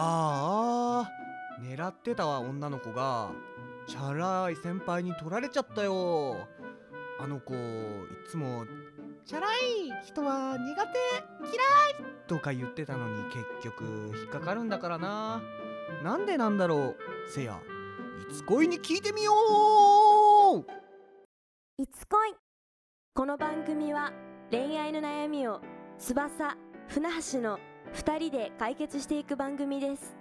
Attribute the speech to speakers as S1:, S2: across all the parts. S1: あーあー狙ってた女の子がチャラい先輩に取られちゃったよあの子いつも「チャラい人は苦手嫌い!」とか言ってたのに結局引っかかるんだからななんでなんだろうせやいつ恋に聞いてみよう
S2: いつ恋この番組は恋愛の悩みを翼船橋の2人で解決していく番組です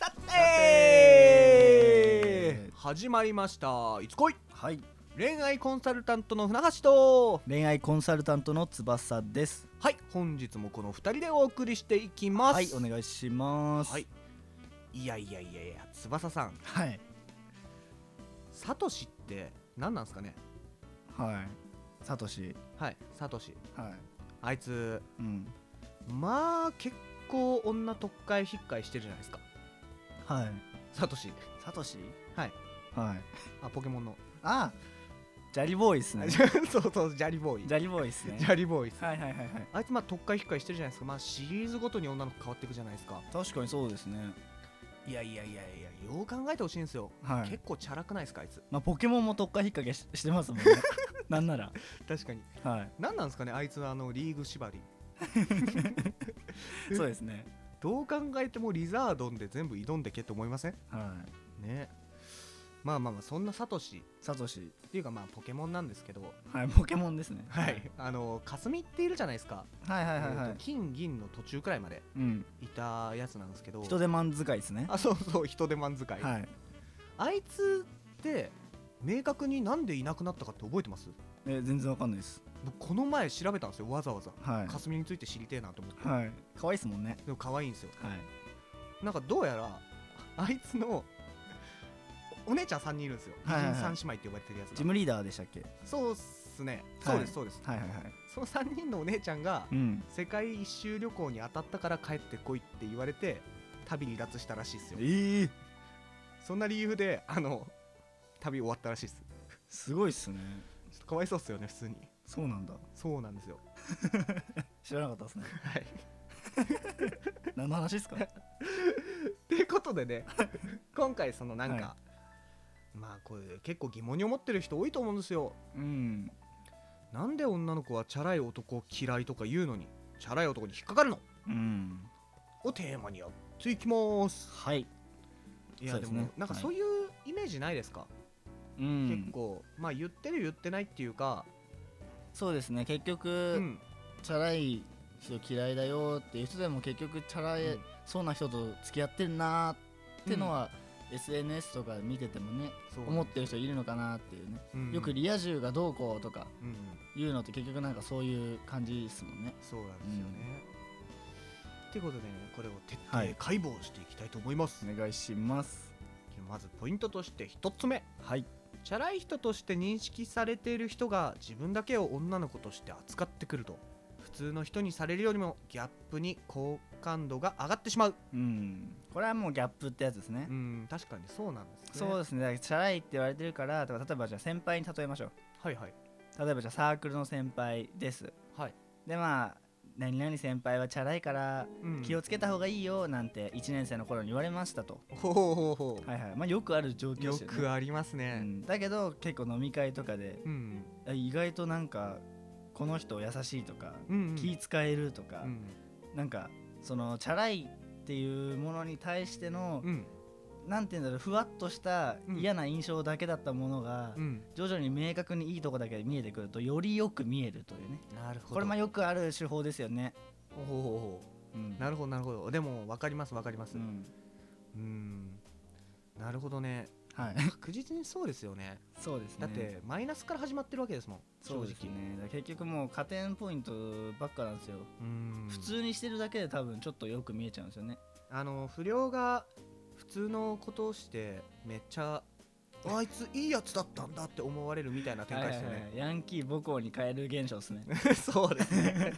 S1: さ
S3: て
S1: 始まりました「いつ恋
S3: はい、
S1: 恋愛コンサルタントの船橋と
S3: 恋愛コンサルタントの翼です。
S1: はい本日もこの二人でお送りしていきます
S3: はい、お願いします。
S1: はい、いやいやいやいや翼さん
S3: はい、
S1: サトシって何なんすかね
S3: はい、サトシ、
S1: はいサトシ
S3: はい、
S1: あいつ
S3: うん、
S1: まあ結構女特会引っかいしてるじゃないですか
S3: はい、
S1: サトシ
S3: サトシ、
S1: はい、
S3: はい、
S1: あポケモンの
S3: あ、ジャリボー イですね。ジ
S1: そうそうジャリボーイジ
S3: ャリボーイですね。
S1: ャリボーイっす
S3: はいはいはいはい。
S1: あいつまあ特会引っかいしてるじゃないですかまあシリーズごとに女の子変わっていくじゃないですか
S3: 確かにそうですね。
S1: いやいやいやいやよう考えてほしいんですよ、
S3: はい
S1: 結。構チャラくないですかあいつ
S3: まあポケモンも特化引っ掛けししてますも んね。なんなら、
S1: 確かに
S3: は
S1: 何なんですかねあいつのあのリーグ縛り
S3: い、そうですね。
S1: どう考えてもリザードンで全部挑んでけって思いません
S3: はい、
S1: ねまあまあまあそんなサトシ
S3: サトシ、
S1: っていうかまあポケモンなんですけど
S3: はい、ポケモンですね。
S1: はい あの霞っているじゃないですか、
S3: はいはいはいは
S1: えー
S3: い
S1: と。金銀の途中くらいまで
S3: うん、
S1: いたやつなんですけど
S3: 人手満使いですね。
S1: あそうそう人手満使い、
S3: はい。
S1: あいつって明確になんでいなくなったかって覚えてます
S3: え、全然わかんないです。
S1: 僕この前調べたんですよわざわざ
S3: はい。
S1: 霞について知りてえなと思って、
S3: はい。可愛いですもんね。
S1: でも可愛いんですよ
S3: はい。
S1: なんかどうやら あいつのお姉ちゃん3人いるんですよ美
S3: はいはい
S1: 人
S3: はい
S1: 三姉妹って呼ばれてるやつが、
S3: ジムリーダーでしたっけ。
S1: そうっすね、
S3: はい
S1: そうですそうです
S3: はいはいはい。
S1: その3人のお姉ちゃんが
S3: うん。
S1: 世界一周旅行に当たったから帰ってこいって言われて旅離脱したらしいですよ
S3: ええ
S1: そんな理由であの旅終わったらしいです
S3: すごいっすね。
S1: ちょっとかわいそうっすよね普通に
S3: そうなんだ。
S1: そうなんですよ
S3: 知らなかったですね。
S1: はい
S3: 何の話ですか。
S1: ということで ね今回そのなんか、
S3: は
S1: まあこれ結構疑問に思ってる人多いと思うんですよ
S3: うん。
S1: なんで女の子はチャラい男嫌いとか言うのにチャラい男に引っかかるの
S3: うん。
S1: をテーマにやっていきます
S3: はい。
S1: いや
S3: そ
S1: で
S3: うです
S1: も
S3: ね
S1: なんか
S3: はい
S1: そういうイメージないですか、
S3: うん。
S1: 結構まあ言ってる言ってないっていうか、
S3: そうですね。結局、
S1: うん、
S3: チャラい人嫌いだよっていう人でも結局チャラい、
S1: うん
S3: そうな人と付き合ってるなーってのは、SNS とか見ててもね
S1: そう
S3: 思ってる人いるのかなっていうね、
S1: うん
S3: よくリア充がどうこうとか
S1: うんうん、
S3: いうのって結局なんかそういう感じですもんね
S1: そうなんですよね。と、いうことでねこれを徹底解剖していきたいと思います、
S3: お願いします
S1: まずポイントとして1つ目
S3: はい
S1: チャラい人として認識されている人が自分だけを女の子として扱ってくると普通の人にされるよりもギャップに好感度が上がってしまう
S3: うんこれはもうギャップってやつですね、
S1: うん確かにそうなんですね
S3: そうですねだからチャラいって言われてるからだから例えばじゃあ先輩に例えましょう
S1: はいはい
S3: 例えばじゃあサークルの先輩です
S1: はい、
S3: でまあ何々先輩はチャラいから
S1: うん
S3: 気をつけた方がいいよなんて1年生の頃に言われましたと、
S1: ほうほうほうほう
S3: はいはいまあよくある状況で
S1: よ
S3: すよね
S1: くあります
S3: う
S1: ね
S3: ん、だけど結構飲み会とかで
S1: うん、
S3: あ意外となんかこの人優しいとか、
S1: うんうん
S3: 気使えるとか、
S1: うん
S3: なんかそのチャラいっていうものに対しての、
S1: うん
S3: なんて言うんだろうふわっとした
S1: うん
S3: 嫌な印象だけだったものが、
S1: うん
S3: 徐々に明確にいいとこだけ見えてくるとよりよく見えるというね
S1: なるほど
S3: これまあよくある手法ですよね、
S1: ほうほうほ
S3: うん
S1: うなるほどなるほどでも分かります分かります
S3: う
S1: うん
S3: ん
S1: なるほどね
S3: はい
S1: 確実にそうですよね
S3: そうですね
S1: だってマイナスから始まってるわけですもん正
S3: そう
S1: 直
S3: ですねだから結局もう加点ポイントばっかなんですよ、
S1: うん
S3: 普通にしてるだけで多分ちょっとよく見えちゃうんですよね
S1: あの不良が普通のことをしてめっちゃあいついいやつだったんだって思われるみたいな展開ですよ
S3: はいはい
S1: ね
S3: はいヤンキー母校に変える現象ですね
S1: そうですね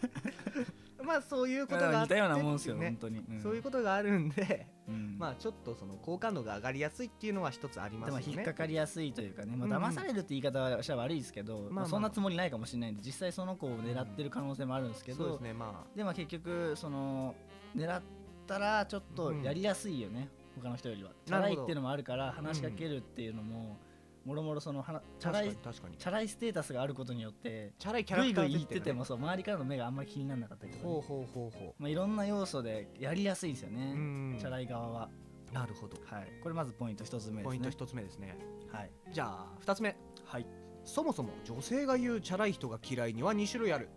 S1: まあそういうことがあ
S3: 似
S1: ってっ
S3: た
S1: てい
S3: よ
S1: う
S3: うなもんですよ、
S1: ね
S3: 本当に、
S1: そういう
S3: こ
S1: ことがあるんで、
S3: と、うん
S1: まあちょっとその好感度が上がりやすいっていうのは一つありま
S3: です
S1: よ
S3: も
S1: ね。
S3: 引っかかりやすいというかね、まあ、
S1: うんうん
S3: 騙されるって言い方はしゃ悪いですけど、
S1: まあまあ
S3: そんなつもりないかもしれないんで実際その子を狙ってる可能性もあるんですけど、
S1: そうですね、ま
S3: でまあ結局その狙ったったらちょっと
S1: うん
S3: やりやすいよね、他の人よりはチ
S1: な
S3: ャ
S1: る
S3: ラ
S1: ほど
S3: いっていうのもあるから話しかけるっていうのも、もろもろそのはなチャ
S1: 確
S3: ラ
S1: かに
S3: い
S1: 確かに
S3: チャラいステータスがあることによって
S1: チャラいキャラ
S3: ぐい
S1: クタ
S3: ぐ
S1: ー
S3: い
S1: で
S3: 言
S1: す
S3: って
S1: け
S3: て
S1: どね
S3: もそう周りからの目があんまり気にならなかったりとかね、
S1: ほうほうほうほ
S3: まあ、いろんな要素でやりやすいですよ
S1: う、
S3: ね、
S1: うん
S3: チャラい側は、
S1: なるほど
S3: はい、これまずポイント一つ目ですね
S1: ポイント一つ目ですね
S3: はい、
S1: じゃあ二つ目
S3: はい
S1: そもそも女性が言うチャラい人が嫌いには2種類ある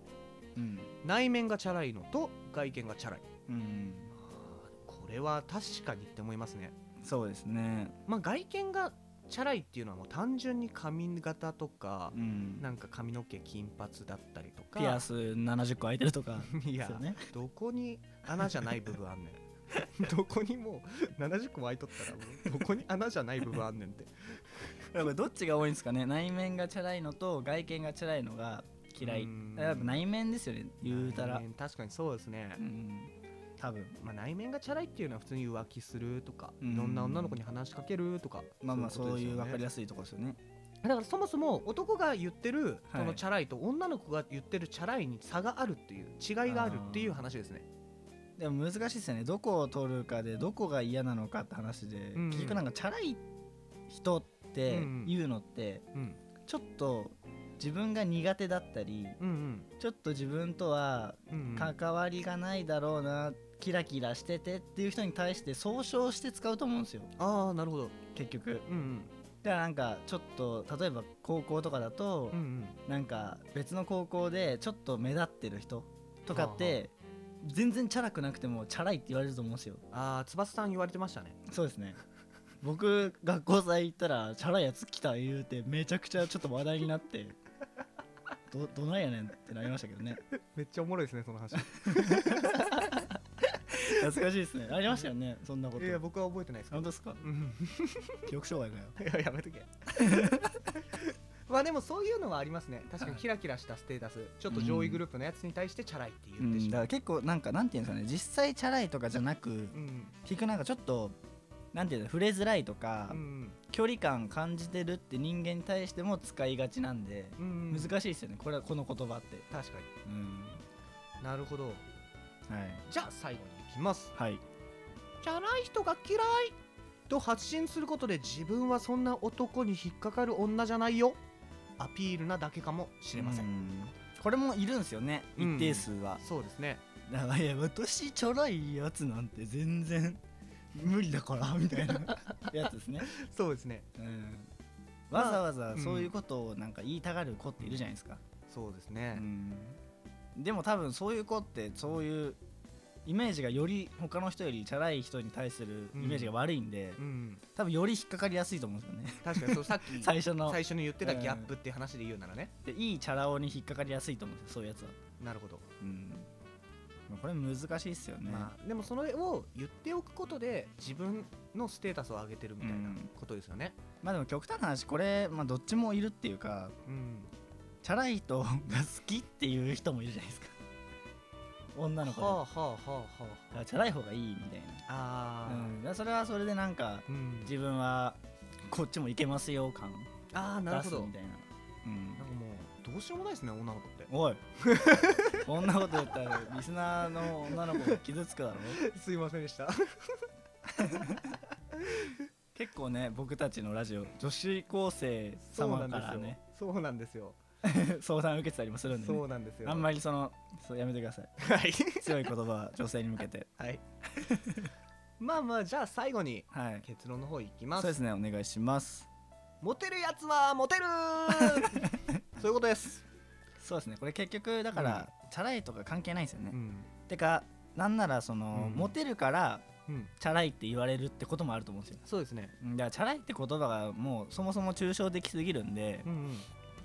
S3: うん
S1: 内面がチャラいのと外見がチャラい
S3: うん、
S1: あーこれは確かにって思いますね
S3: そうですね、
S1: まあ外見がチャラいっていうのはもう単純に髪型とか
S3: うん、
S1: なんか髪の毛金髪だったりとか
S3: ピアス70個開いてるとか
S1: い
S3: で
S1: や
S3: すよね
S1: どこに穴じゃない部分あんね んどこにもう70個巻いとったらもうどこに穴じゃない部分あんねんって
S3: だからどっちが多いんですかね内面がチャラいのと外見がチャラいのが嫌い
S1: うん
S3: やっぱ内面ですよね言うたら
S1: 内面確かにそうですね、
S3: うん多分
S1: まあ、内面がチャラいっていうのは普通に浮気するとか
S3: うん
S1: いろんな女の子に話しかけるとか
S3: まあまあ
S1: こ
S3: そ
S1: と
S3: う
S1: ですよ
S3: いう
S1: ね
S3: 分かりやすいところですよね
S1: だからそもそも男が言ってる
S3: はい
S1: そのチャラいと女の子が言ってるチャラいに差があるっていう違いがあるっていう話ですね
S3: でも難しいですよねどこを取るかでどこが嫌なのかって話で、
S1: うん
S3: 結局なんかチャラい人って
S1: うん
S3: 言うのって
S1: うん
S3: ちょっと自分が苦手だったり
S1: うんうん
S3: ちょっと自分とは
S1: うんうん
S3: 関わりがないだろうな、キラキラしててっていう人に対して総称して使うと思うんですよ
S1: ああなるほど
S3: 結局
S1: うん
S3: だからなんかちょっと例えば高校とかだと、
S1: うんうん
S3: なんか別の高校でちょっと目立ってる人とかっ
S1: はあ
S3: て全然チャラくなくてもチャラいって言われると思うんですよ
S1: ああ翼さん言われてましたね
S3: そうですね僕学校祭行ったらチャラいやつ来た言うてめちゃくちゃちょっと話題になってどどないやねんってなりましたけどね
S1: めっちゃおもろ いですねその話
S3: 懐かしいですねありましたよねそんなこと
S1: いや僕は覚えてないですけど
S3: 本当ですか
S1: うん
S3: 記憶障害かよ
S1: いややめとけまあでもそういうのはありますね確かにキラキラしたステータスちょっと上位グループのやつに対してチャラいって
S3: う
S1: 言って
S3: ん
S1: しま
S3: だか
S1: う
S3: ら、結構なんかなんていうんですかね実際チャラいとかじゃなく
S1: うん
S3: 結局なんかちょっとなんていうの触れづらいとか、
S1: うん
S3: 距離感感じてるって人間に対しても使いがちなんで、
S1: うん、確
S3: 難しいですよねこれはこの言葉って
S1: か
S3: うん
S1: になるほど
S3: はい
S1: じゃあ最後に行きます
S3: はい
S1: チャラい人が嫌いと発信することで自分はそんな男に引っかかる女じゃないよアピールなだけかもしれません、
S3: これもいるんですよね
S1: うん
S3: 一定数は、
S1: そうですね
S3: だからいや私チャラいやつなんて全然無理だから みたいなやつですね、
S1: そうですね
S3: うん、わざわざ
S1: うん
S3: そういうことをなんか言いたがる子っているじゃないですか、
S1: そうですね、
S3: うんでも多分そういう子ってそういうイメージがより他の人よりチャラい人に対するイメージが悪いんで、
S1: うん、
S3: 多分より引っかかりやすいと思うんです よね
S1: 確かにそうさっき
S3: 最初の
S1: 最初に言ってたギャップっていう話で言うならね、
S3: でいいチャラ男に引っかかりやすいと思うんですよそういうやつは
S1: なるほど、
S3: うんこれ難しいっすよね、
S1: まあでもそれを言っておくことで自分のステータスを上げてるみたいな
S3: うん
S1: ことですよね
S3: まあでも極端な話これ、まあ、どっちもいるっていうか
S1: うん、
S3: チャラい人が好きっていう人もいるじゃないですか女の子で、
S1: はあはあはあは
S3: だからチャラい方がいいみたい
S1: あ
S3: な、
S1: あ
S3: う
S1: ー、
S3: ん、だからそれはそれでなんか
S1: うん
S3: 自分はこっちもいけますよ感
S1: ああなる
S3: 出
S1: ほ
S3: す
S1: ど
S3: みたいなうん
S1: なんかもうどうしようもないですね女の子って
S3: おいこんなこと言ったらリスナーの女の子が傷つくだろ
S1: すいませんでした
S3: 結構ね僕たちのラジオ女子高生
S1: そうな
S3: 様
S1: ん
S3: か
S1: で
S3: ら
S1: すよ、
S3: ね
S1: そうなんですよ
S3: 相談受けてたりもするんで、ね
S1: そうなんですよ
S3: あんまりそのそうやめてください
S1: りはい、
S3: 強い言葉は女性に向けて
S1: はい、 まあまあじゃあ最後に
S3: はい
S1: 結論の方いきま
S3: そう
S1: す
S3: ですねお願いします
S1: モテるやつはモテる そういうことです、
S3: そうですねこれ結局だから、チャラいとか関係ないんですよね、
S1: ん
S3: てかなんならその、
S1: うん
S3: モテるから
S1: うん、
S3: チャラいって言われるってこともあると思うんですよ
S1: そうですね
S3: うんだからチャラいって言葉がもうそもそも抽象的すぎるんで、
S1: うん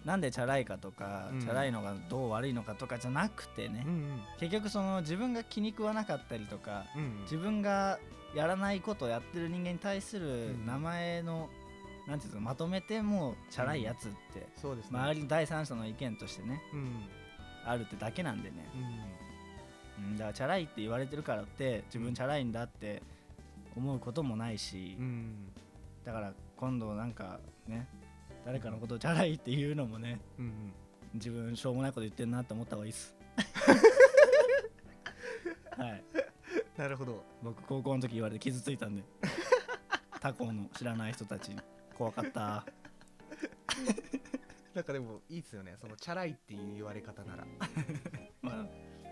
S3: なんでチャラいかとか、
S1: うん
S3: チャラいのがどう悪いのかとかじゃなくてね、
S1: うんうん
S3: 結局その自分が気に食わなかったりとか
S1: うんうん
S3: 自分がやらないことをやってる人間に対す
S1: う
S3: る
S1: ん
S3: 名前の、なんていうのまとめてもうチャラいやつって、
S1: そうですね
S3: 周りの第三者の意見としてね
S1: うん
S3: あるってだけなんでね、
S1: うん
S3: うん、だからチャラいって言われてるからって自分チャラいんだって思うこともないし、
S1: うん
S3: だから今度なんかね誰かのことをチャラいっていうのもね
S1: うん
S3: 自分 しょうもないこと言ってるなって思った方がいいっすはい
S1: なるほど
S3: 僕高校の時言われて傷ついたんで他校の知らない人たち怖かった
S1: なんかでもいいっすよねそのチャラいっていう言われ方ならい
S3: まあ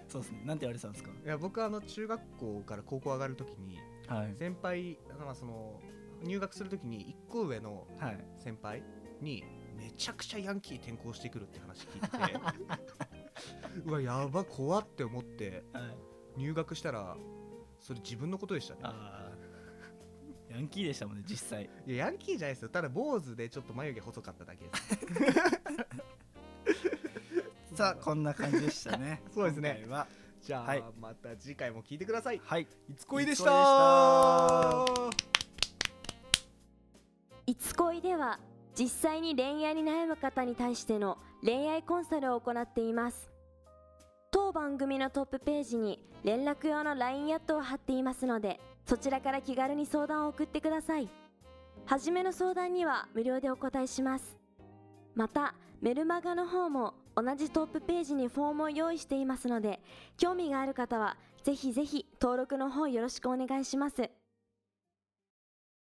S3: そうですねなんて言われてたんです
S1: や僕はあの中学校から高校上がるときに
S3: かはい
S1: 先輩まあその入学するときに1個上の
S3: はい
S1: 先輩にめちゃくちゃヤンキー転校してくるって話聞いて うわやば怖って思って
S3: はい
S1: 入学したらそれ自分のことでしたね
S3: あーヤンキーでしたもんね実際
S1: いやヤンキーじゃないですよただ坊主でちょっと眉毛細かっただけです
S3: さあこんな感じでしたね
S1: そうですね
S3: 今回は
S1: じゃあ、
S3: はい
S1: また次回も聞いてください
S3: はい
S1: いつこいでし
S3: いつこ
S1: た
S2: いつ恋では実際に恋愛に悩む方に対しての恋愛コンサルを行っています当番組のトップページに連絡用の LINE アットを貼っていますのでそちらから気軽に相談を送ってください初めの相談には無料でお答えしますまたメルマガの方も同じトップページにフォームを用意していますので興味がある方はぜひぜひ登録の方よろしくお願いします